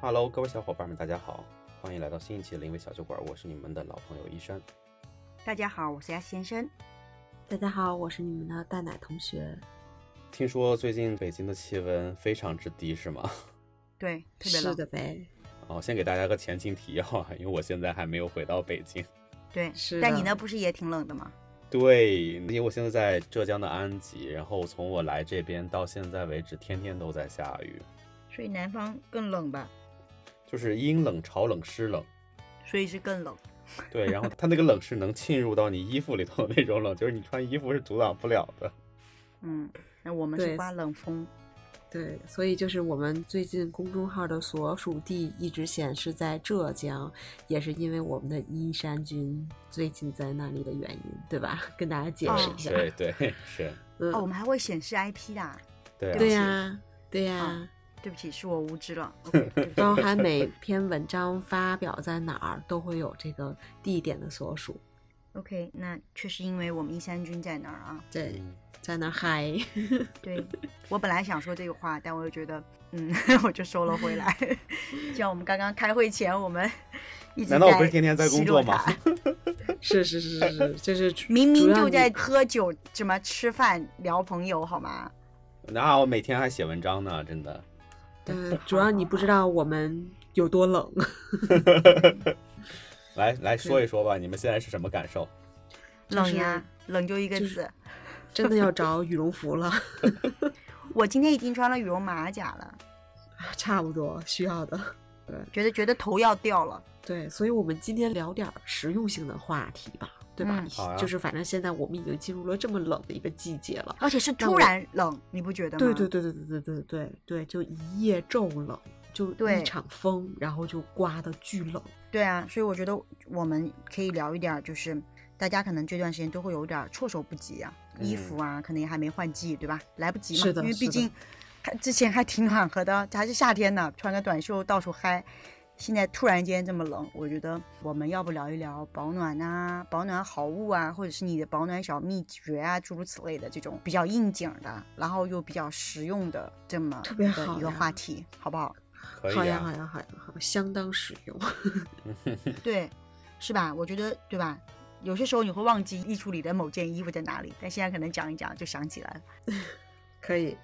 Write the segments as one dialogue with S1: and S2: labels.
S1: Hello，各位小伙伴们，大家好，欢迎来到新一期的临危小酒馆，我是你们的老朋友一山。
S2: 大家好，我是鸭先生。
S3: 大家好，我是你们的蛋奶同学。
S1: 听说最近北京的气温非常之低，是吗？
S2: 对，特别
S3: 是
S2: 冷。
S3: 的呗，
S1: 哦，先给大家个前情提要啊，因为我现在还没有回到北京。
S2: 对，
S3: 是
S2: 但
S3: 的
S2: 你那不是也挺冷的吗？
S1: 对，因为我现在在浙江的安吉，然后从我来这边到现在为止，天天都在下雨，
S2: 所以南方更冷吧？
S1: 就是阴冷、潮冷、湿冷。
S2: 所以是更冷。
S1: 对，然后它那个冷是能浸入到你衣服里头的那种冷，就是你穿衣服是阻挡不了的。
S2: 嗯，那我们是
S3: 对
S2: 刮冷风。
S3: 对，所以就是我们最近公众号的所属地一直显示在浙江，也是因为我们的依山君最近在那里的原因，对吧？跟大家解释一下。
S1: 哦对对是，
S3: 嗯
S2: 哦，我们还会显示 IP 的啊。
S1: 对啊
S3: 对呀、
S1: 是
S3: 对呀、
S2: 啊对不起，是我无知了。OK，对不起
S3: 然后还每篇文章发表在哪儿都会有这个地点的所属，
S2: OK，那确实因为我们一山君在那儿啊。
S3: 对，
S1: 嗯
S3: 在那儿嗨。
S2: 对我本来想说这个话，但我又觉得，嗯， 我就收了回来。 就像我们刚刚开会前，我们一直
S1: 难道我不是
S2: 在
S1: 天天在
S2: 奚
S1: 工作
S2: 落
S1: 吗
S2: 他？
S3: 是是是是是，就是主
S2: 明
S3: 主
S2: 明
S3: 要
S2: 就
S3: 你
S2: 在喝酒，怎么吃饭聊朋友好吗？
S1: 那我每天还写文章呢，真的。
S3: 嗯，主要你不知道我们有多冷。
S1: 来来说一说吧，你们现在是什么感受？
S3: 就
S2: 冷
S3: 是
S2: 呀，冷就一个字。
S3: 就是真的要找羽绒服了，
S2: 我今天已经穿了羽绒马甲了，
S3: 差不多需要的。
S2: 觉得觉得头要掉了。
S3: 对，所以我们今天聊点儿实用性的话题吧，对吧？
S2: 嗯
S1: 好呀
S3: 就是反正现在我们已经进入了这么冷的一个季节了。
S2: 而且是
S3: 但
S2: 突
S3: 我
S2: 然冷，你不觉得吗？
S3: 对对对对对对对对对，就一夜骤冷，就
S2: 对
S3: 一场风，然后就刮的巨冷。
S2: 对啊，所以我觉得我们可以聊一点儿，就是大家可能这段时间都会有点儿措手不及啊，
S1: 嗯
S2: 衣服啊可能也还没换季，对吧？来不及嘛，
S3: 是的
S2: 因为
S3: 是
S2: 毕
S3: 的
S2: 竟还之前还挺暖和的，还是夏天呢，穿个短袖到处嗨。现在突然间这么冷，我觉得我们要不聊一聊保暖啊、保暖好物啊，或者是你的保暖小秘诀啊，诸如此类的这种比较应景的，然后又比较实用的这么
S3: 特别
S2: 一个
S3: 好
S2: 一个
S3: 呀
S2: 话题，好不好？
S1: 可以
S3: 好呀好
S1: 啊，
S3: 呀好呀好呀，相当实用。
S2: 对，是吧？我觉得对吧？有些时候你会忘记衣橱里的某件衣服在哪里，但现在可能讲一讲就想起来了。
S3: 可以，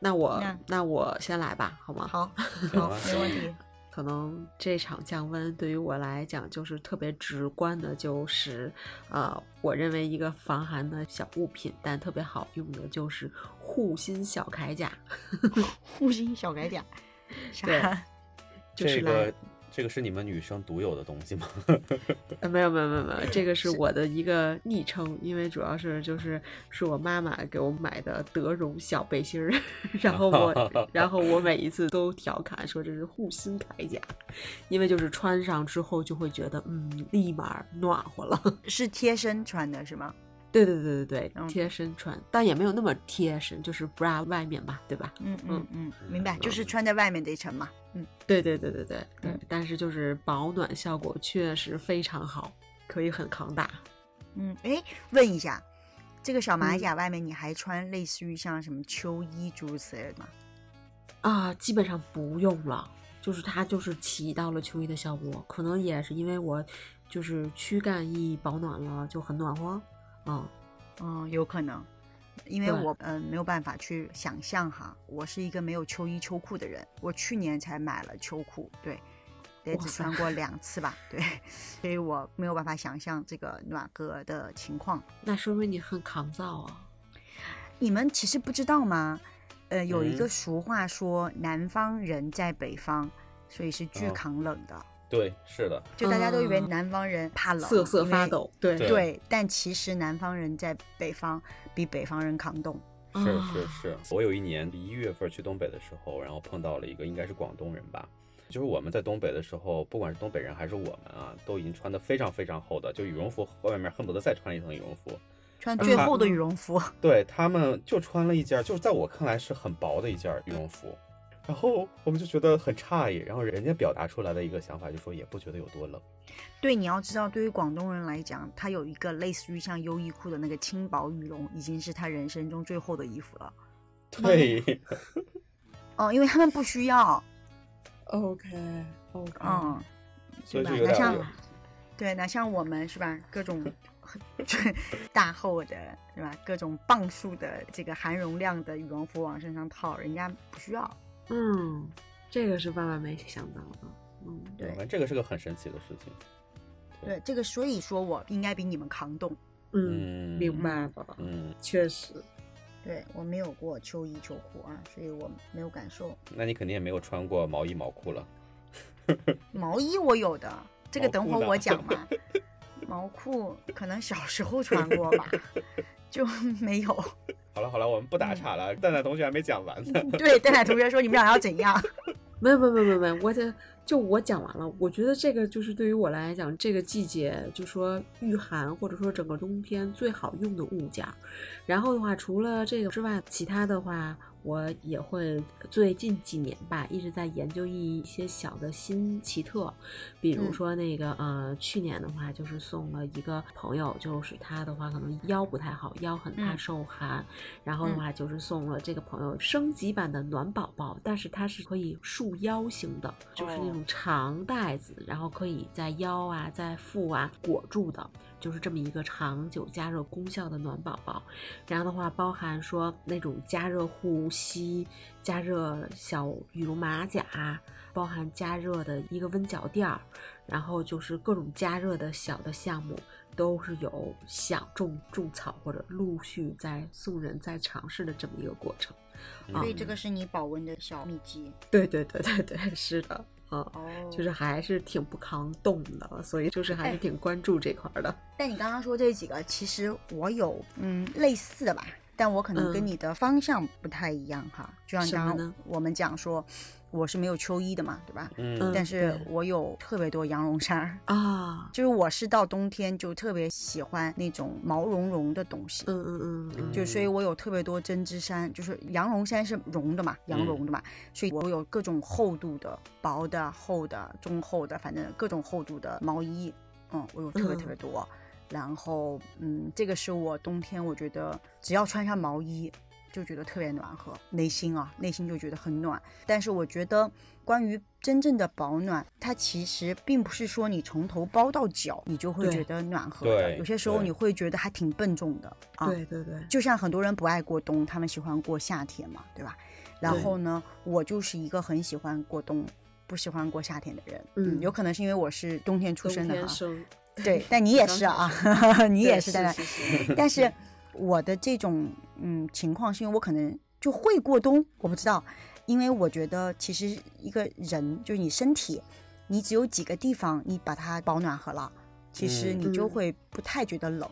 S3: 那我
S2: 那
S3: 那我先来吧，好吗？
S2: 好，
S1: 好
S2: 好，
S1: 啊
S2: 没问题。
S3: 可能这场降温对于我来讲，就是特别直观的，就是呃，我认为一个防寒的小物品，但特别好用的就是护心小铠甲，
S2: 护心小铠甲，啥？
S3: 对就是
S1: 这
S3: 来、
S1: 个这个是你们女生独有的东西 吗？
S3: 呃没有没有没有没有，这个是我的一个昵称，因为主要是就是是我妈妈给我买的德绒小背心儿， 然后我然后我每一次都调侃说这是护心铠甲，因为就是穿上之后就会觉得嗯，立马暖和了。
S2: 是贴身穿的是吗？
S3: 对对对对
S2: 嗯
S3: 对，贴身穿，但也没有那么贴身，就是 bra 外面吧，对吧？
S2: 嗯嗯
S3: 嗯
S2: 嗯，明白，就是穿在外面这一层嘛。嗯，
S3: 对对对对对对，
S2: 嗯
S3: 但是就是保暖效果确实非常好，可以很抗打。
S2: 嗯，哎，问一下，这个小马
S3: 嗯
S2: 甲外面你还穿类似于像什么秋衣诸如此类的吗？
S3: 啊，基本上不用了，就是它就是起到了秋衣的效果，可能也是因为我就是躯干一保暖了，就很暖和。嗯，
S2: 嗯，有可能，因为
S3: 对
S2: 我呃没有办法去想象哈，我是一个没有秋衣秋裤的人，我去年才买了秋裤，对，得
S3: 哇
S2: 只
S3: 塞
S2: 穿过两次吧，对， 所以我没有办法想象这个暖和的情况。
S3: 那说明你很抗造啊。
S2: 你们其实不知道吗？呃，有一个
S1: 嗯
S2: 俗话说，南方人在北方，所以是巨
S1: 哦
S2: 抗冷的，
S1: 对，是的，
S2: 就大家都以为
S3: 嗯
S2: 南方人怕冷，
S3: 瑟瑟
S2: 因
S3: 发
S2: 为。
S3: 抖，对
S1: 对
S2: 对，但其实南方人在北方比北方人抗冻。
S1: 是
S3: 啊
S1: 是是。我有一年一月份去东北的时候，然后碰到了一个应该是广东人吧，就是我们在东北的时候，不管是东北人还是我们啊，都已经穿的非常非常厚的，就羽绒服外面恨不得再穿一层羽绒服。
S2: 穿
S3: 嗯
S1: 而
S2: 最
S1: 他
S2: 厚的羽绒服，
S1: 对他们就穿了一件儿，就是在我看来是很薄的一件儿羽绒服，然后我们就觉得很诧异，然后人家表达出来的一个想法就说也不觉得有多冷，
S2: 对，你要知道，对于广东人来讲，他有一个类似于像优衣库的那个轻薄羽绒，已经是他人生中最 厚的衣服了。
S1: 对，
S2: 哦，因为他们不需要，
S3: OK OK，
S2: 嗯，
S1: 所
S2: 对
S1: 以就？有
S2: 吧哪
S1: 点
S2: 像
S1: 有
S2: 对哪像我们是吧？各种 大厚的是吧？各种磅数的这个含绒量的羽绒服往身上套，人家不需要。
S3: 嗯，这个是万万没想到的。嗯，
S2: 对
S1: 反正这个是个很神奇的事情。
S2: 对这个，所以说我应该比你们抗冻。
S3: 嗯，
S1: 嗯，
S3: 明白了，
S1: 嗯，
S3: 确实。
S2: 对我没有过秋衣秋裤啊，所以我没有感受。
S1: 那你肯定也没有穿过毛衣毛裤了。
S2: 毛衣我有的，这个
S1: 毛
S2: 等
S1: 裤
S2: 会儿
S1: 呢
S2: 我讲嘛。毛裤可能小时候穿过吧，就没有。
S1: 好了好了，我们不打
S2: 嗯
S1: 岔了，蛋蛋同学还没讲完呢。
S2: 对，蛋蛋同学说你们俩要怎样？
S3: 没有没有没有没有，我这就我讲完了。我觉得这个就是对于我来讲，这个季节就说御寒或者说整个冬天最好用的物件儿。然后的话，除了这个之外，其他的话我也会最近几年吧，一直在研究一些小的新奇特，比如
S2: 嗯
S3: 说那个、呃，去年的话就是送了一个朋友，就是他的话可能腰不太好，腰很怕
S2: 嗯
S3: 受寒，然后的
S2: 嗯
S3: 话就是送了这个朋友升级版的暖宝宝，但是它是可以束腰型的，就是那
S2: 哦
S3: 种长带子，然后可以在腰啊、在腹啊裹住的，就是这么一个长久加热功效的暖宝宝。然后的话，包含说那种加热护膝、加热小羽绒马甲，包含加热的一个温脚垫儿，然后就是各种加热的小的项目。都是有想种种草或者陆续在送人在尝试的这么一个过程。
S1: 嗯
S2: 啊
S3: 啊
S2: 所以这个是你保温的小秘籍
S3: 对对对对对，是的，嗯，
S2: 哦。
S3: 就是，还是挺不抗冻的，所以就是还
S2: 哎
S3: 是挺关注这块儿的。
S2: 但你刚刚说这几个，其实我有嗯类似的吧，但我可能跟
S3: 嗯
S2: 你的方向不太一样哈。就像
S3: 什么
S2: 刚刚
S3: 呢
S2: 我们讲说，我是没有秋衣的嘛，对吧？
S1: 嗯
S2: 但是
S3: 对
S2: 我有特别多羊绒衫儿，
S3: 啊，
S2: 就是我是到冬天就特别喜欢那种毛茸茸的东西，
S3: 嗯嗯嗯嗯，
S2: 就所以我有特别多针织衫，就是羊绒衫是绒的嘛，羊
S3: 嗯
S2: 绒的嘛，所以我有各种厚度的，薄的、厚的、中厚的，反正各种厚度的毛衣，嗯，我有特别
S3: 嗯
S2: 特别多。然后，嗯，这个是我冬天我觉得只要穿上毛衣。就觉得特别暖和，内心啊，内心就觉得很暖。但是我觉得，关于真正的保暖，它其实并不是说你从头包到脚，你就会
S3: 对
S2: 觉得暖和的。
S1: 对
S2: 有些时候
S1: 对
S2: 你会觉得还挺笨重的啊。
S3: 对对对，
S2: 就像很多人不爱过冬，他们喜欢过夏天嘛，对吧？然后呢，我就是一个很喜欢过冬，不喜欢过夏天的人。
S3: 嗯
S2: 有可能是因为我是冬天出
S3: 冬
S2: 生的
S3: 天
S2: 哈。
S3: 生，
S2: 对，但你也是啊， 你也
S3: 对
S2: 是
S3: 是
S2: 蛋蛋。
S3: 是 是
S2: 但是我的这种嗯情况，是因为我可能就会过冬，我不知道，因为我觉得其实一个人就是你身体，你只有几个地方你把它保暖和了，其实
S1: 嗯
S2: 你就
S3: 嗯
S2: 会不太觉得冷。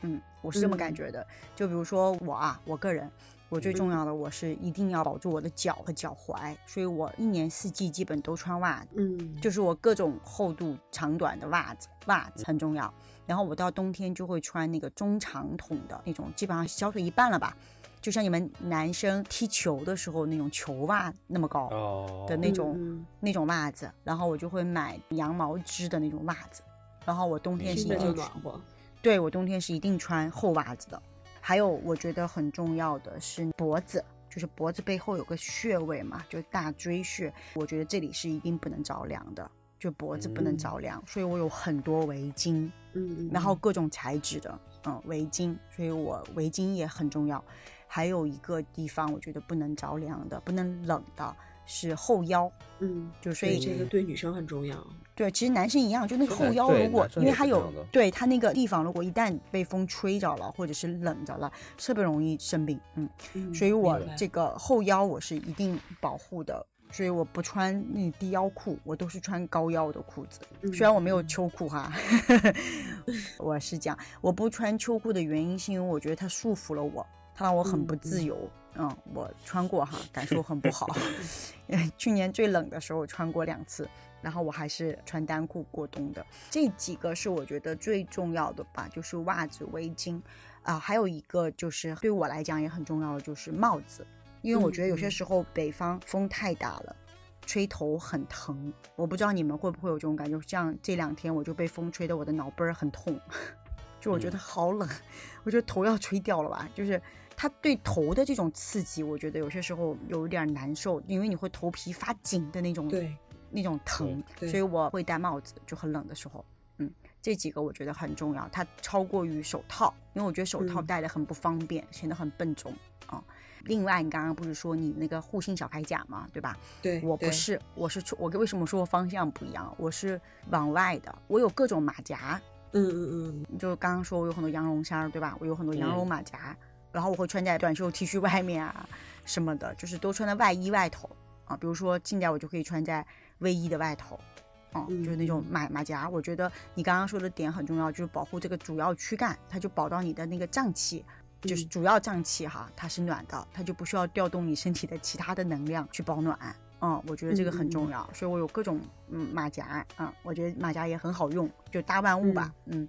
S2: 嗯，我是这么感
S3: 嗯
S2: 觉的。就比如说我啊，我个人。我最重
S3: 嗯
S2: 要的，我是一定要保住我的脚和脚踝，所以我一年四季基本都穿袜子。
S3: 嗯，
S2: 就是我各种厚度长短的袜子，袜子很重要。然后我到冬天就会穿那个中长筒的那种，基本上小腿一半了吧，就像你们男生踢球的时候那种球袜那么高
S1: 哦
S2: 的那种、
S3: 嗯
S2: 那种袜子。然后我就会买羊毛织的那种袜子。然后我冬
S1: 也
S2: 天
S3: 嗯
S2: 是
S3: 听
S2: 一
S3: 着就
S2: 定
S3: 暖和。
S2: 对我冬天是一定穿厚袜子的。还有我觉得很重要的是脖子，就是脖子背后有个穴位嘛，就是大椎穴，我觉得这里是一定不能着凉的，就脖子不能
S3: 嗯
S2: 着凉，所以我有很多围巾，
S3: 嗯，嗯
S2: 然后
S3: 嗯
S2: 各种材质的，嗯，围巾，所以我围巾也很重要。还有一个地方我觉得不能着凉的，不能冷的是后腰，
S3: 嗯，
S2: 就所
S3: 对
S2: 以
S3: 这个对女生很重要。
S2: 对，其实男生一样，就那个
S1: 是
S2: 后
S1: 男
S2: 腰，
S1: 对
S2: 如果
S1: 男生
S2: 因为
S1: 也
S2: 它
S1: 是这
S2: 有
S1: 样的
S2: 对它那个地方，如果一旦被风吹着了，或者是冷着了，特别容易生病。嗯，
S3: 嗯
S2: 所以我
S3: 明白
S2: 这个后腰我是一定保护的，所以我不穿那低腰裤，我都是穿高腰的裤子。虽然我没有
S3: 嗯
S2: 秋裤哈， 我是这样，我不穿秋裤的原因是因为我觉得它束缚了我，它让我很不自由。嗯，我穿过哈，感受很不 好。 去年最冷的时候穿过两次，然后我还是穿单裤过冬的。这几个是我觉得最重要的吧，就是袜子、围巾，啊、还有一个就是对我来讲也很重要的就是帽子，因为我觉得有些
S3: 嗯
S2: 时候北方风太大了。吹头很疼，我不知道你们会不会有这种感觉。像这两天我就被风吹得我的脑背儿很痛， 就我觉
S1: 嗯
S2: 得好冷，我觉得头要吹掉了吧。就是它对头的这种刺激，我觉得有些时候有点难受，因为你会头皮发紧的那种
S3: 对
S2: 那种疼，
S3: 对
S2: 所以我会戴帽子，就很冷的时候。嗯，这几个我觉得很重要，它超过于手套，因为我觉得手套
S3: 嗯
S2: 戴的很不方便，显得很笨重啊。另外，你刚刚不是说你那个护心小铠甲嘛，对吧？
S3: 对，
S2: 我不
S3: 对，
S2: 是，我是出我为什么说我方向不一样？我是往外的，我有各种马甲，
S3: 嗯嗯
S2: 你就刚刚说我有很多羊绒衫儿，对吧？我有很多羊绒马甲，然后我会穿在短袖 T 恤外面啊什么的，就是都穿在外衣外头啊。比如说近代我就可以穿在卫衣的外头，啊，
S3: 嗯
S2: 就是那种马马甲。我觉得你刚刚说的点很重要，就是保护这个主要躯干，它就保到你的那个脏器。就是
S3: 嗯
S2: 主要脏器哈，它是暖的，它就不需要调动你身体的其他的能量去保暖。嗯，我觉得这个很重要，所以我有各种嗯马甲，嗯，我觉得马甲也很好用，就搭万物吧，嗯，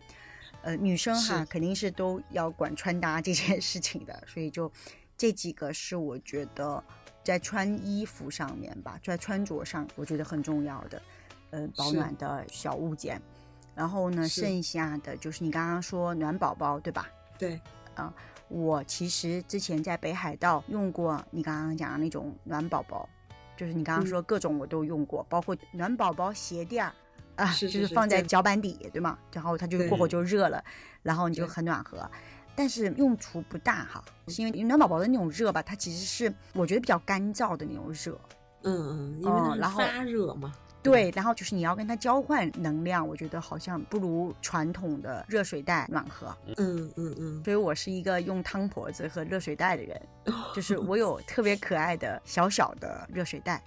S2: 呃，女生哈
S3: 是
S2: 肯定是都要管穿搭这件事情的，所以就这几个是我觉得在穿衣服上面吧，在穿着上我觉得很重要的，呃，保
S3: 是
S2: 暖的小物件。然后呢，
S3: 是
S2: 剩下的就是你刚刚说暖宝宝对吧？
S3: 嗯，对，
S2: 我其实之前在北海道用过你刚刚讲的那种暖宝宝，就是你
S3: 嗯
S2: 刚刚说各种我都用过，包括暖宝宝鞋垫儿啊，
S3: 是是
S2: 就是
S3: 是
S2: 放在
S3: 对
S2: 脚板底，对吗？然后它就
S3: 对
S2: 过会儿就热了，然后你就
S3: 对
S2: 很暖和。但是用处不大哈，是因为暖宝宝的那种热吧，它其实是我觉得比较干燥的那种热，
S3: 嗯嗯，因
S2: 哦
S3: 为它
S2: 然
S3: 是
S2: 后
S3: 发热嘛，
S2: 对，然后就是你要跟它交换能量，我觉得好像不如传统的热水袋暖和。
S3: 嗯嗯嗯，
S2: 所以我是一个用汤婆子和热水袋的人，就是我有特别可爱的小小的热水袋，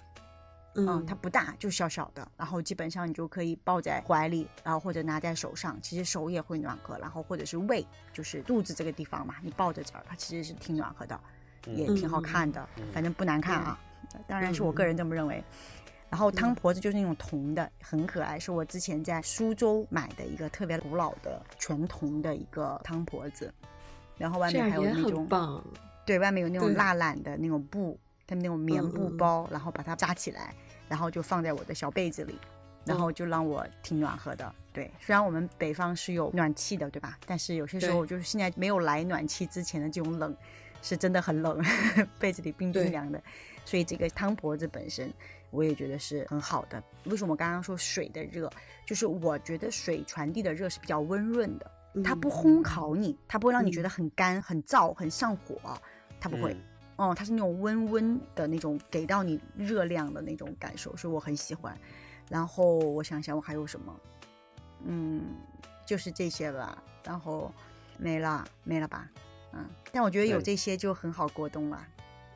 S2: 嗯，它不大，就小小的，然后基本上你就可以抱在怀里，然后或者拿在手上，其实手也会暖和，然后或者是胃，就是肚子这个地方嘛，你抱着这儿，它其实是挺暖和的，也
S1: 嗯
S2: 挺好看的，
S1: 嗯
S2: 反正不难看啊，
S3: 嗯
S2: 当然是我个人这么认为。然后汤婆子就是那种铜的，很可爱，是我之前在苏州买的一个特别古老的全铜的一个汤婆子，然后外
S3: 这
S2: 面还
S3: 样
S2: 有
S3: 也
S2: 那种
S3: 很棒，
S2: 对，外面有那种
S3: 对
S2: 蜡染的那种布，他们那种棉
S3: 嗯
S2: 布
S3: 嗯
S2: 包，然后把它扎起来，然后就放在我的小被子里，然
S3: 嗯
S2: 后就让我挺暖和的。对，虽然我们北方是有暖气的，对吧？但是有些时候就
S3: 对
S2: 是现在没有来暖气之前的这种冷，是真的很冷， 被子里冰冰
S3: 对
S2: 凉的。所以这个汤婆子本身，我也觉得是很好的。为什么我刚刚说水的热，就是我觉得水传递的热是比较温润的。它不烘
S3: 烘
S2: 烤你，它不会让你觉
S3: 嗯
S2: 得很干、很燥、很上火，它不会。
S1: 嗯
S2: 哦、它是那种温温的那种，给到你热量的那种感受，所以我很喜欢。然后我想想，我还有什么？嗯，就是这些吧。然后没了，没了吧？嗯，但我觉得有
S1: 对
S2: 这些就很好过冬了。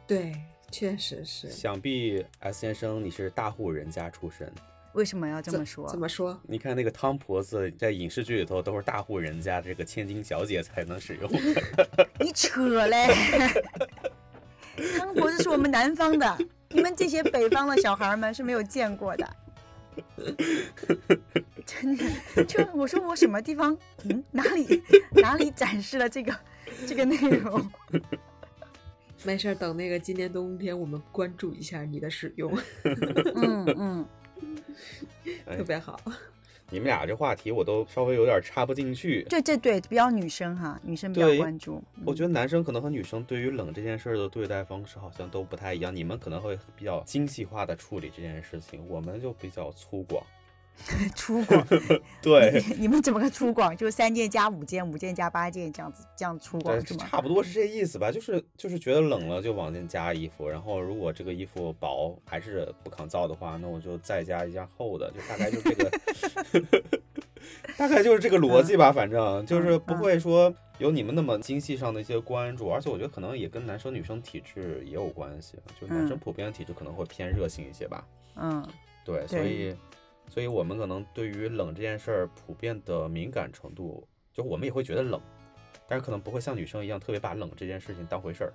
S3: 对，确实是。
S1: 想必 S 先生你是大户人家出身，
S2: 为什么要这么说？
S3: 怎么说？
S1: 你看那个汤婆子在影视剧里头都是大户人家这个千金小姐才能使用的，
S2: 你扯嘞！汤婆子是我们南方的，你们这些北方的小孩儿们是没有见过的。真的，就我说我什么地方，嗯，哪里哪里展示了这个这个内容？
S3: 没事儿，等那个今年冬天我们关注一下你的使用，
S2: 嗯嗯，
S1: 哎
S3: 特别好。
S1: 你们俩这话题我都稍微有点插不进去。
S2: 对这对比较女生哈，女生比较
S1: 对
S2: 关 注。
S1: 我觉得
S2: 得
S1: 男生可能和女生对于冷这件事儿的对待方式好像都不太一样，你们可能会比较精细化的处理这件事情，我们就比较粗犷。
S2: 出广，
S1: 对，
S2: 你们怎么个出广？就三件加五件，五件加八件这样子，这样出广
S1: 对，
S2: 是吗？
S1: 差不多是这意思吧，就是就是觉得冷了就往进加衣服，然后如果这个衣服薄还是不抗造的话，那我就再加一件厚的，就大概就是这个， 大概就是这个逻辑吧，
S2: 嗯
S1: 反正就是不会说有你们那么精细上的一些关注，而且我觉得可能也跟男生女生体质也有关系，啊就男生
S2: 嗯
S1: 普遍的体质可能会偏热性一些吧，
S2: 嗯，
S1: 对，所
S2: 对
S1: 以所以我们可能对于冷这件事儿普遍的敏感程度，就我们也会觉得冷，但是可能不会像女生一样特别把冷这件事情当回事儿。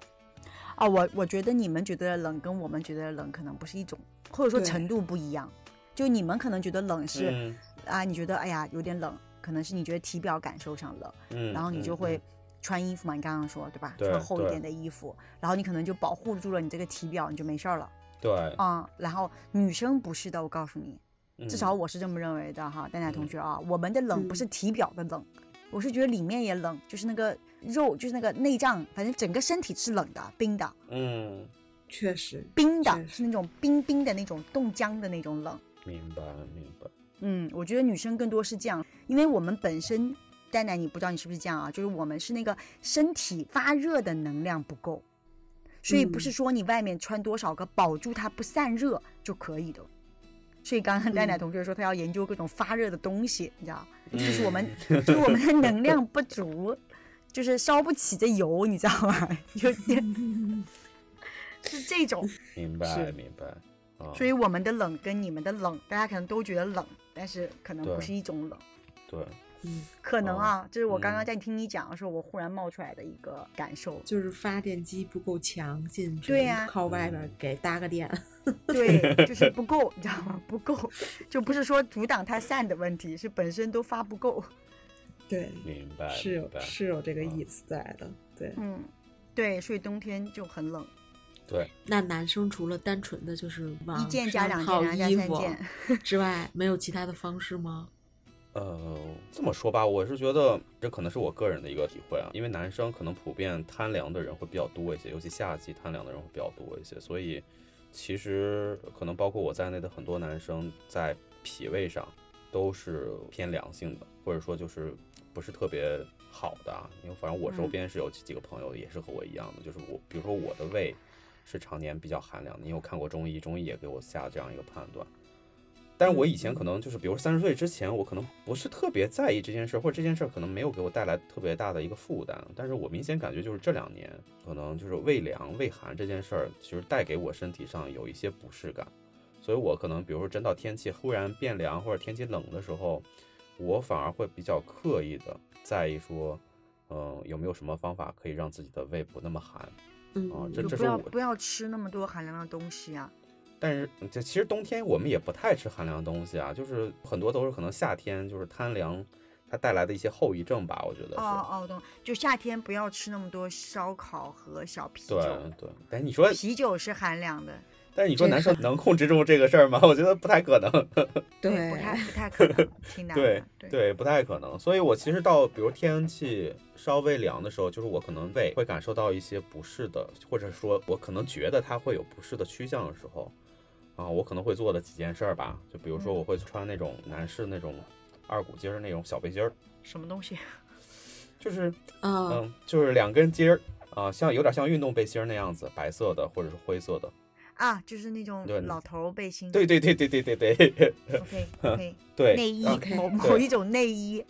S2: 哦，我我觉得你们觉得冷跟我们觉得冷可能不是一种，或者说
S3: 对
S2: 程度不一样。就你们可能觉得冷是、
S1: 嗯
S2: 啊，你觉得哎呀有点冷，可能是你觉得体表感受上冷，
S1: 嗯，
S2: 然后你就
S1: 嗯
S2: 会穿衣服嘛，你刚刚说对吧？
S1: 对
S2: 穿厚一
S1: 对
S2: 点的衣服，然后你可能就保护住了你这个体表，你就没事儿了
S1: 对，
S2: 啊、然后女生不是的，我告诉你，至少我是这么认为的哈，蛋蛋同
S1: 嗯
S2: 学啊，我们的冷不
S3: 嗯
S2: 是体表的冷，我是觉得里面也冷，就是那个肉，就是那个内脏，反正整个身体是冷的、冰的。
S1: 嗯
S3: 确实，
S2: 冰的
S3: 确，实
S2: 是那种冰冰的那种冻僵的那种冷。
S1: 明白明白。
S2: 嗯，我觉得女生更多是这样，因为我们本身，蛋蛋，你不知道你是不是这样啊？就是我们是那个身体发热的能量不够，所以不是说你外面穿多少个保住它不散热就可以的。所以刚刚蛋蛋同学说他要研究各种发热的东西，你知道，就是我们就是我们的能量不足，就是烧不起这油，你知道吗？ 就是是这种，
S1: 明白明白。啊
S2: 所以我们的冷跟你们的冷，大家可能都觉得冷，但是可能不
S1: 对
S2: 是一种冷。
S1: 对，
S3: 嗯，。
S2: 可能啊，这是我刚刚
S1: 嗯
S2: 在听你讲的时候，我忽然冒出来的一个感受
S3: 就是发电机不够强劲，只
S2: 对
S3: 能
S2: 呀
S3: 靠外
S1: 嗯
S3: 边给搭个电。
S2: 对，就是不够， 你知道吗？不够，就不是说阻挡它散的问题，是本身都发不够。
S3: 对，
S1: 明白
S3: 是
S1: 明
S3: 有
S1: 白。
S3: 是有这个
S1: 啊
S3: 意思在的。对，
S2: 嗯，对，所以冬天就很冷，
S1: 对，
S3: 那男生除了单纯的啊就是往
S2: 一件加
S3: 上
S2: 两
S3: 套
S2: 件，两
S3: 衣
S2: 件加三
S3: 服
S2: 件。
S3: 之外，没有其他的方式吗？
S1: 呃，这么说吧，我是觉得这可能是我个人的一个体会啊，因为男生可能普遍贪凉的人会比较多一些，尤其夏季贪凉的人会比较多一些，所以其实可能包括我在内的很多男生在脾胃上都是偏凉性的，或者说就是不是特别好的啊。因为反正我周
S2: 嗯
S1: 边是有几个朋友也是和我一样的，就是我，比如说我的胃是常年比较寒凉的，因为我看过中医，中医也给我下这样一个判断。但是我以前可能就是，比如三十岁之前，我可能不是特别在意这件事儿，或者这件事儿可能没有给我带来特别大的一个负担。但是我明显感觉就是这两年，可能就是胃凉、胃寒这件事儿，其实带给我身体上有一些不适感。所以我可能比如说真到天气忽然变凉或者天气冷的时候，我反而会比较刻意的在意说，嗯，有没有什么方法可以让自己的胃不那么寒？
S3: 嗯，
S1: 啊这
S2: 就
S1: 这是
S2: 不要
S1: 我
S2: 不要吃那么多含量的东西啊。
S1: 但是这其实冬天我们也不太吃寒凉的东西啊，就是很多都是可能夏天就是贪凉，它带来的一些后遗症吧，我觉得是。
S2: 哦哦，我懂。就夏天不要吃那么多烧烤和小啤
S1: 对
S2: 酒，
S1: 对，但是你说，
S2: 啤酒是寒凉的，
S1: 但 是你说
S3: 这
S1: 男生
S3: 是
S1: 能控制住这个事儿吗？我觉得不太可能。
S2: 不太不太可能，挺难
S1: 对
S2: 的。对
S1: 对，不太可能。所以我其实到比如天气稍微凉的时候，就是我可能胃会感受到一些不适的，或者说我可能觉得它会有不适的趋向的时候，啊，我可能会做的几件事儿吧，就比如说
S2: 嗯
S1: 我会穿那种男士那种二股筋儿那种小背心儿，
S2: 什么东西？
S1: 就是
S2: 哦
S3: 啊，
S1: 嗯，就是两根筋儿啊，像有点像运动背心儿那样子，白色的或者是灰色的。
S2: 啊，就是那种
S1: 对
S2: 老头儿背心。
S1: 对对对对对对对
S2: ，OK OK。
S1: 对，
S2: 内衣
S1: 啊
S3: OK
S2: 某某
S1: 对
S2: 一种内衣，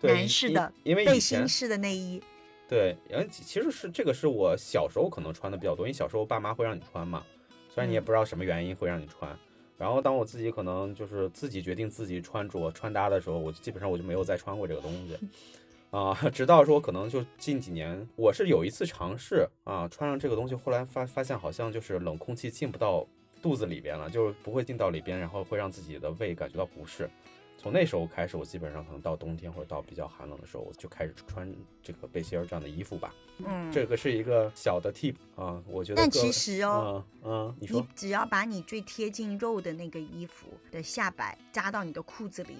S1: 对
S2: 男士的
S1: 因因为
S2: 背
S1: 以前
S2: 心式的内衣。
S1: 对，然后其其实是这个是我小时候可能穿的比较多，因为小时候爸妈会让你穿嘛，虽然你也
S2: 嗯
S1: 不知道什么原因会让你穿。然后当我自己可能就是自己决定自己穿着穿搭的时候，我就基本上我就没有再穿过这个东西啊，直到说可能就近几年，我是有一次尝试啊穿上这个东西，后来发发现好像就是冷空气进不到肚子里边了，就是不会进到里边，然后会让自己的胃感觉到不适。从那时候开始，我基本上可能到冬天或者到比较寒冷的时候，我就开始穿这个背心儿这样的衣服吧。
S2: 嗯，
S1: 这个是一个小的 tip 啊，我觉得各。
S2: 但其实哦，
S1: 嗯嗯，你
S2: 你
S1: 说
S2: 只要把你最贴近肉的那个衣服的下摆扎到你的裤子里，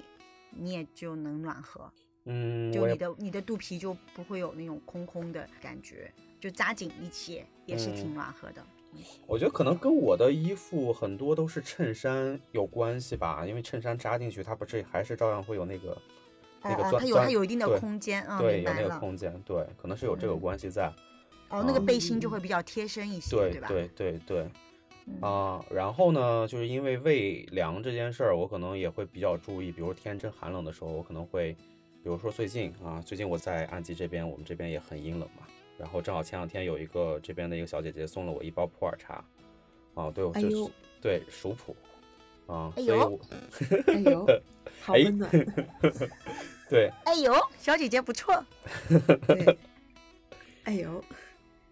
S2: 你也就能暖和，
S1: 嗯，
S2: 就
S1: 我
S2: 你
S1: 也
S2: 的你的肚皮就不会有那种空空的感觉，就扎紧一些也是挺
S1: 嗯
S2: 暖和的。哦
S1: 我觉得可能跟我的衣服很多都是衬衫有关系吧，因为衬衫扎进去，它不是还是照样会有那个那个
S2: 哦哦，
S1: 钻
S2: 它有
S1: 钻
S2: 它有一定的
S1: 对
S2: 空间，嗯，
S1: 对
S2: 明
S1: 有
S2: 白
S1: 那个
S2: 了。
S1: 空间，对，可能是有这个
S2: 嗯
S1: 关系在。
S2: 哦，那个
S1: 啊
S3: 嗯
S2: 背心就会比较贴身一些，
S1: 对
S2: 吧？
S1: 对对对
S2: 嗯
S1: 啊，然后呢，就是因为胃凉这件事儿，我可能也会比较注意，比如天真寒冷的时候，我可能会，比如说最近啊，最近我在安吉这边，我们这边也很阴冷嘛，然后正好前两天有一个这边的一个小姐姐送了我一包普洱茶，啊，对，我
S3: 哎
S1: 就
S3: 呦
S1: 是对熟普。啊，
S2: 哎
S1: 所以
S2: 呦
S1: 我
S3: 哎 呦，好
S1: 哎
S3: 温暖。
S1: 对，
S2: 哎呦，小姐姐不错，哦
S3: 对， 哎呦，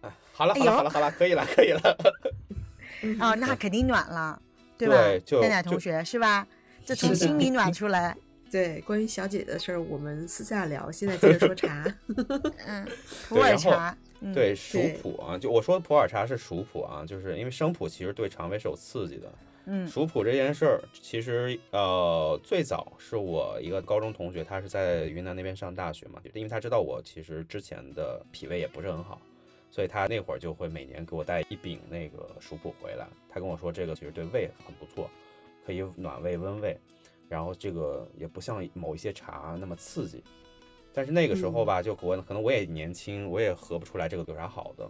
S1: 哎好了
S2: 哎
S1: 好了
S2: 呦
S1: 好了好了，可以了可以了，
S3: 嗯
S2: 啊，那肯定暖了，对吧
S1: 嗯对？就
S2: 蛋奶
S1: 就
S2: 同学是吧？这从
S3: 是的
S2: 心里暖 出来，
S3: 对，关于小姐姐的事儿，我们私下聊。现在接着 说茶。
S2: 嗯，普
S1: 对
S2: 洱
S1: 然后
S2: 茶，嗯，
S1: 对，熟
S3: 对
S1: 普啊，就我说普洱茶是熟普啊，就是因为生普其实对肠胃是有刺激的，
S2: 嗯
S1: 熟普这件事儿，其实呃，最早是我一个高中同学，他是在云南那边上大学嘛，因为他知道我其实之前的脾胃也不是很好，所以他那会儿就会每年给我带一饼那个熟普回来。他跟我说这个其实对胃很不错，可可以暖胃温胃，然后这个也不像某一些茶那么刺激。但是那个时候吧，就我可能我也年轻，我也喝不出来这个有啥好的。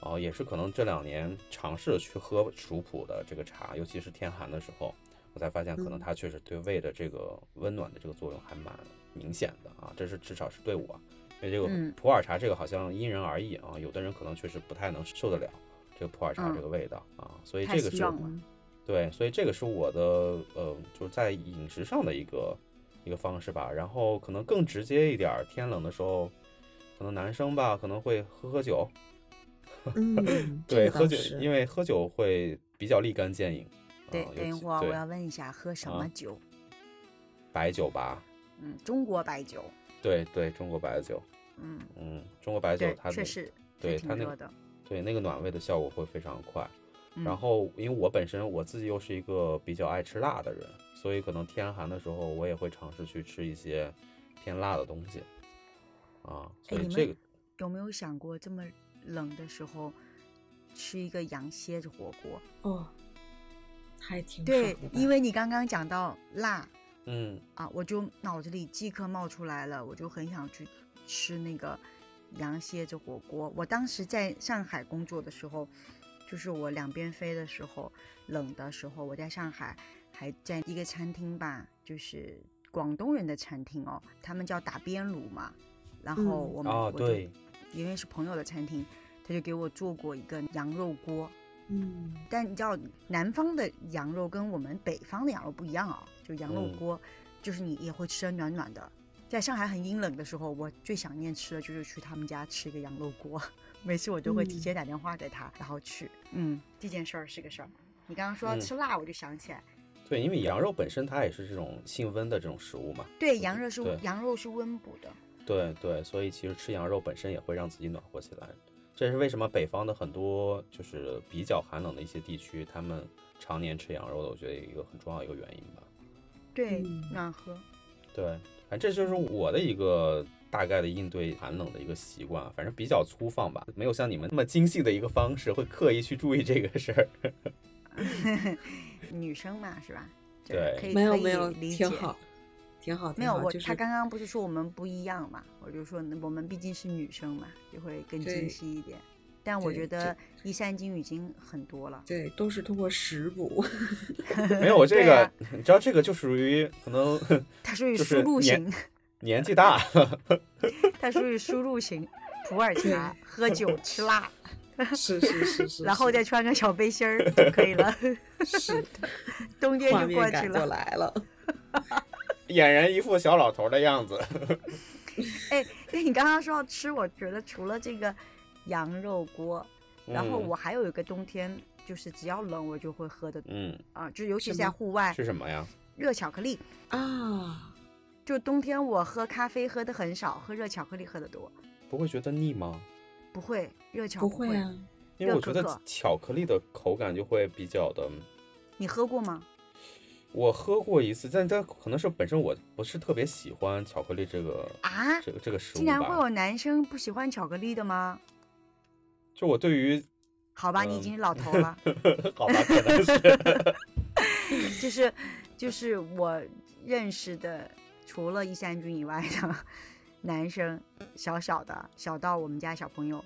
S1: 哦、也是可能这两年尝试去喝熟普的这个茶，尤其是天寒的时候，我才发现
S2: 嗯
S1: 可能它确实对胃的这个温暖的这个作用还蛮明显的啊，这是至少是对我，因为这
S2: 嗯
S1: 个普洱茶这个好像因人而异啊，有的人可能确实不太能受得了这个普洱茶
S2: 嗯
S1: 这个味道啊，所以
S2: 太
S1: 这个啊
S2: 西
S1: 是
S2: 洋了。
S1: 对，所以这个是我的呃，就是在饮食上的一个一个方式吧。然后可能更直接一点儿，天冷的时候，可能男生吧可能会喝喝酒，
S3: 嗯，这
S1: 对，
S3: 个
S1: 喝
S3: 倒
S1: 酒，
S3: 是
S1: 因为喝酒会比较立竿见影。
S2: 对，
S1: 啊尤
S2: 等一
S1: 其
S2: 会儿我
S1: 对
S2: 要问一下喝什
S1: 啊
S2: 么酒？
S1: 白酒吧，
S2: 嗯，中国白酒。
S1: 对对，中国白酒，
S2: 嗯，
S1: 嗯，中国白酒
S2: 对
S1: 它，
S2: 确
S1: 那
S2: 实
S1: 对
S2: 是挺
S1: 它那
S2: 热
S1: 个
S2: 的。
S1: 对那个暖胃的效果会非常快。然
S2: 嗯
S1: 后，因为我本身我自己又是一个比较爱吃辣的人，所以可能天寒的时候，我也会尝试去吃一些偏辣的东西，啊，所
S2: 哎
S1: 以
S2: 你
S1: 这
S2: 们
S1: 个
S2: 有没有想过这么冷的时候吃一个羊蝎子火锅？
S1: 嗯
S3: 哦，还挺爽
S2: 对
S3: 的，吧
S2: 因为你刚刚讲到辣
S1: 嗯，
S2: 啊，我就脑子里即刻冒出来了，我就很想去吃那个羊蝎子火锅。我当时在上海工作的时候，就是我两边飞的时候，冷的时候，我在上海还在一个餐厅吧，就是广东人的餐厅哦，他们叫打边炉嘛。然后
S3: 嗯
S2: 我们、
S1: 啊，
S2: 我就
S1: 对，
S2: 因为是朋友的餐厅，他就给我做过一个羊肉锅。
S3: 嗯，
S2: 但你知道南方的羊肉跟我们北方的羊肉不一样啊、就羊肉
S1: 嗯
S2: 锅，就是你也会吃的暖暖的。在上海很阴冷的时候，我最想念吃的就是去他们家吃一个羊肉锅。每次我都会提
S3: 嗯
S2: 前打电话给他，然后去。嗯，这件事儿是个事儿。你刚刚说到
S1: 嗯
S2: 吃辣，我就想起来，
S1: 对，因为羊肉本身它也是这种性温的这种食物嘛，
S2: 对，羊肉是
S1: 对
S2: 羊肉是温补的。
S1: 对对，所以其实吃羊肉本身也会让自己暖和起来，这也是为什么北方的很多就是比较寒冷的一些地区，他们常年吃羊肉的，我觉得一个很重要的一个原因吧。
S2: 对，
S3: 嗯
S2: 暖和。
S1: 对，反正这就是我的一个大概的应对寒冷的一个习惯啊，反正比较粗放吧，没有像你们那么精细的一个方式，会刻意去注意这个事 儿。
S2: 女生嘛，是吧？这
S1: 对
S2: 可以
S3: 没有
S2: 可以
S3: 没有，
S2: 理
S3: 挺
S2: 解
S3: 好，挺好，挺
S2: 没有
S3: 好
S2: 我，
S3: 啊就是
S2: 他刚刚不是说我们不一样嘛？我就说我们毕竟是女生嘛，就会更精
S3: 对
S2: 细一点。但我
S3: 对
S2: 觉
S3: 这
S2: 得一三金已经很多了。
S3: 对，都是通过 食补，
S1: 没有我这
S2: 对
S1: 个，
S2: 啊
S1: 你知道这个就属于可能
S2: 它属于
S1: 就
S2: 输
S1: 是
S2: 入型
S1: 年，年纪大，
S2: 它属于输入型，普洱茶、喝 酒、吃辣，
S3: 是是是是，
S2: 然后
S3: 是
S2: 再穿个小背心 儿就可以了，
S3: 是
S2: 冬天
S3: 画
S2: 就过
S3: 面
S2: 去
S3: 感就
S2: 了。
S3: 来了，
S1: 俨然一副小老头的样子。
S2: 哎，哎你刚刚说到吃，我觉得除了这个羊肉锅，然后
S3: 嗯
S2: 我还有一个冬天，就是只要冷我就会喝的
S1: 嗯，
S2: 啊，就尤其
S3: 什
S2: 是在
S3: 么
S2: 户外
S1: 嗯，是什么呀？
S2: 热巧克力。
S3: 啊，
S2: 就冬天我喝咖啡喝的很少，喝热巧克力喝的多。
S1: 不会觉得腻吗？
S2: 不会，热巧
S3: 不
S2: 会
S3: 会啊，
S1: 因为
S2: 热
S1: 我觉
S2: 可
S1: 得
S2: 可
S1: 巧克力的口感就会比较的，
S2: 你喝过吗？
S1: 我喝过一次，但它可能是本身我不是特别喜欢巧克力这个
S2: 啊，
S1: 这个这个食物
S2: 竟然会
S1: 吧。
S2: 有男生不喜欢巧克力的吗？
S1: 就我对 于，
S2: 好吧，你已
S1: 嗯
S2: 经是老头了，
S1: 好吧，可能是。
S2: 就是就是我认识的，除了一三军以外的 男生，小小的，小到我们家小朋友，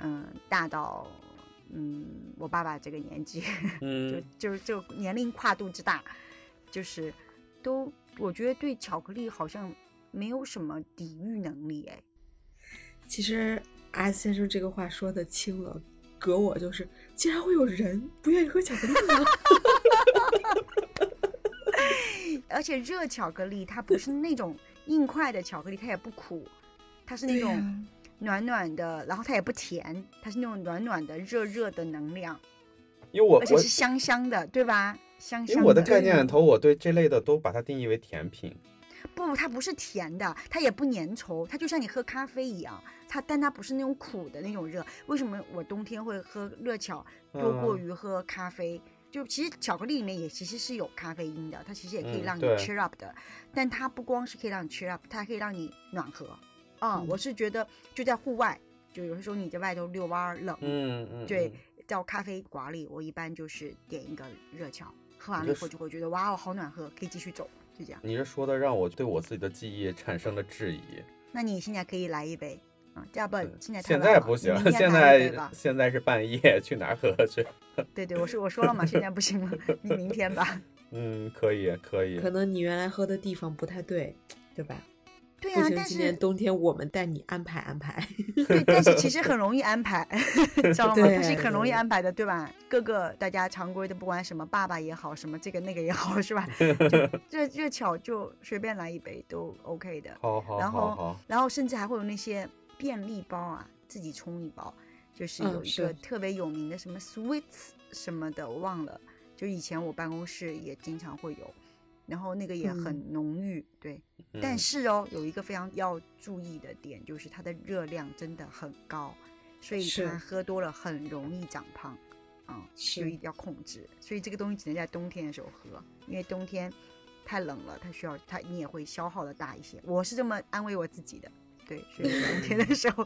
S2: 嗯，大到嗯我爸爸这个年纪，就
S1: 嗯，
S2: 就是就年龄跨度之大，就是都我觉得对巧克力好像没有什么抵御能力哎。
S3: 其实阿先生这个话说的轻了，隔我就是，竟然会有人不愿意喝巧克力了，
S2: 而且热巧克力它不是那种硬块的巧克力，它也不苦，它 是那
S3: 对
S2: 种
S3: 呀
S2: 暖暖的，然后它也不甜，它是那种暖暖的、热热的能量，
S1: 因为我
S2: 而且
S1: 我
S2: 是香香的，对吧？香
S1: 因
S2: 香
S1: 为我的概
S3: 对
S1: 念
S3: 呀
S1: 里头，我对这类的都把它定义为甜品。
S2: 不，它不是甜的，它也不粘稠，它就像你喝咖啡一样，它但它不是那种苦的那种热。为什么我冬天会喝热巧多过
S1: 嗯
S2: 于喝咖啡？就其实巧克力里面也其实是有咖啡因的，它其实也可以
S1: 嗯
S2: 让你
S1: 对
S2: cheer up 的，但它不光是可以让你 cheer up，它还可以让你暖和。啊、
S3: 嗯
S2: 我是觉得就在户外，就有的时候你在外头遛弯儿冷，
S1: 嗯嗯，
S2: 对
S1: 嗯，
S2: 到咖啡馆里，我一般就是点一个热巧，喝完了以后就会觉得哇哦，好暖和，可以继续走，就这样。
S1: 你这说的让我对我自己的记忆产生了质疑。
S2: 那你现在可以来一杯啊，要不现在
S1: 现在不行，现在现在是半夜，去哪儿喝去？
S2: 对对，我说我说了嘛，现在不行了，你明天吧。
S1: 嗯，可以可以。
S3: 可能你原来喝的地方不太对，对吧？
S2: 对呀、啊，但
S3: 是今年冬天我们带你安排安排。
S2: 对，但是其实很容易安排， 知道吗？它是很容易安排的，对吧？各个大家常规的，不管什么爸爸也好，什么这个那个也好，是吧？ 热热巧就随便来一杯都 OK 的。
S1: 好好
S2: 然
S1: 好
S2: 后
S1: 好，
S2: 然后甚至还会有那些便利包啊，自己冲一包，就是
S3: 嗯
S2: 有一
S3: 是
S2: 个特别有名的什么 Sweets 什么的，我忘了。就以前我办公室也经常会有，然后那个
S3: 嗯
S2: 也很浓郁，对。
S1: 嗯
S2: 但是哦，有一个非常要注意的点，就是它的热量真的很高，所以
S3: 是
S2: 它喝多了很容易长胖，啊、所以
S3: 是
S2: 要控制。所以这个东西只能在冬天的时候喝，因为冬天太冷了，它需要它你也会消耗的大一些。我是这么安慰我自己的，对，所以冬天
S3: 嗯
S2: 的时候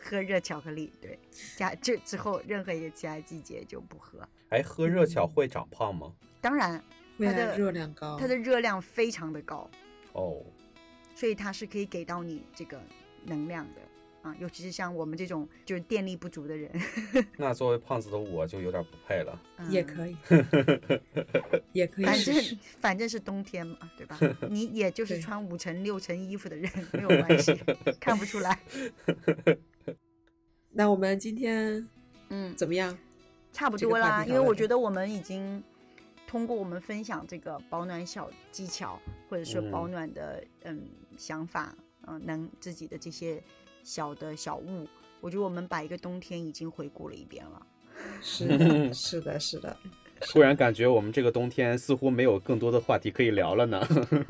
S2: 喝热巧克力，对，加这之后任何一个其他季节就不喝。
S1: 哎，喝热巧会长胖吗？
S2: 当然，
S3: 未
S2: 它
S3: 来
S2: 的
S3: 热量高，
S2: 它的热量非常的高，
S1: 哦，
S2: 所以它是可以给到你这个能量的啊，尤其是像我们这种就是电力不足的人，
S1: 那作为胖子的我就有点不配 了。
S2: 嗯、
S3: 也可以， 也可以
S2: 反
S3: 试
S2: 正
S3: 试。
S2: 反正是冬天嘛，对吧？你也就是
S3: 对
S2: 穿五层六层衣服的人没有关系，看不出来。
S3: 那我们今天
S2: 嗯，
S3: 怎么样？
S2: 差不
S3: 这个
S2: 多
S3: 话
S2: 啦，
S3: 题
S2: 因
S3: 到
S2: 为
S3: 这
S2: 我
S3: 里
S2: 觉得我们已经通过我们分享这个保暖小技巧，或者说
S1: 嗯
S2: 保暖的嗯想法，嗯、能自己的这些小的小物，我觉得我们把一个冬天已经回顾了一遍了。
S3: 是 的，是的，是的，
S1: 突然感觉我们这个冬天似乎没有更多的话题可以聊了呢。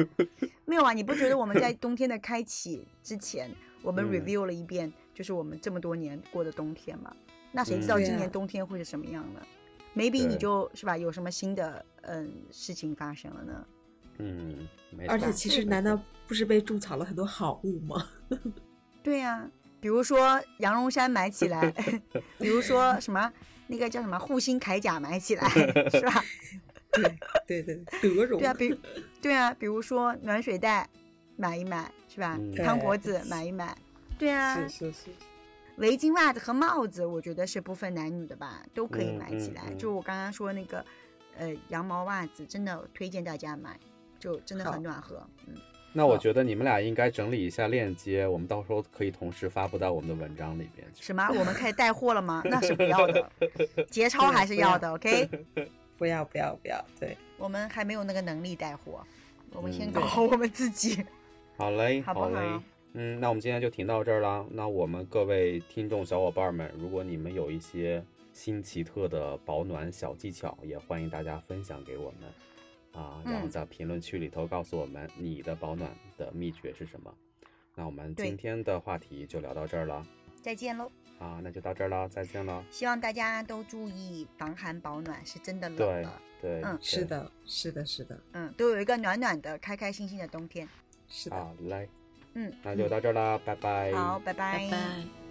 S2: 没有啊，你不觉得我们在冬天的开启之前，我们
S1: 嗯
S2: review 了一遍，就是我们这么多年过的冬天嘛？那谁知道
S3: 嗯对
S2: 今年
S3: 啊
S2: 冬天会是什么样呢？maybe
S1: 对
S2: 你就是吧，有什么新的嗯事情发生了呢？
S1: 嗯，没
S3: 而
S1: 错
S3: 且其实难道不是被种草了很多好物吗？
S2: 对呀、比如说羊绒衫买 起来，比如说什么那个叫什么护心铠甲买 起来，是吧？
S3: 对对，德容
S2: 对啊，比对啊，比如说暖水袋买一买，是吧？
S1: 嗯
S2: 汤
S3: 对
S2: 婆子买一买，对啊，
S3: 是是是，
S2: 围巾、袜子和帽子，我觉得是不分男女的吧，都可以
S1: 嗯
S2: 买起来。
S1: 嗯嗯
S2: 就我刚刚说那个，呃，羊毛袜子，真的推荐大家买，就真的
S3: 好
S2: 很暖和。嗯，
S1: 那我觉得你们俩应该整理一下链接，我们到时候可以同时发布到我们的文章里边去。
S2: 什么？我们开始带货了吗？那是不要 的，节操还是要的。OK，
S3: 不要不要不要，对，
S2: 我们还没有那个能力带货，我们先
S1: 嗯
S2: 搞好我们自己。
S1: 好嘞，
S2: 好不好
S1: 嘞。嗯，那我们今天就停到这儿啦。那我们各位听众小伙伴们，如果你们有一些新奇特的保暖小技巧，也欢迎大家分享给我们啊，然后
S2: 嗯
S1: 在评论区里头告诉我们你的保暖的秘诀是什么。那我们
S2: 对
S1: 今天的话题就聊到这儿了
S2: 再见喽！
S1: 啊，那就到这儿了，再见了。
S2: 希望大家都注意防寒保暖，是真的冷
S1: 对
S2: 了，
S1: 对，
S2: 嗯
S1: 对
S3: 是，的，是的，是的，
S2: 嗯，都有一个暖暖的、开开心心的冬天。
S3: 是的，
S1: 好嘞，
S2: 嗯，
S1: 那就到这儿啦，拜拜。
S2: 好，拜
S3: 拜拜。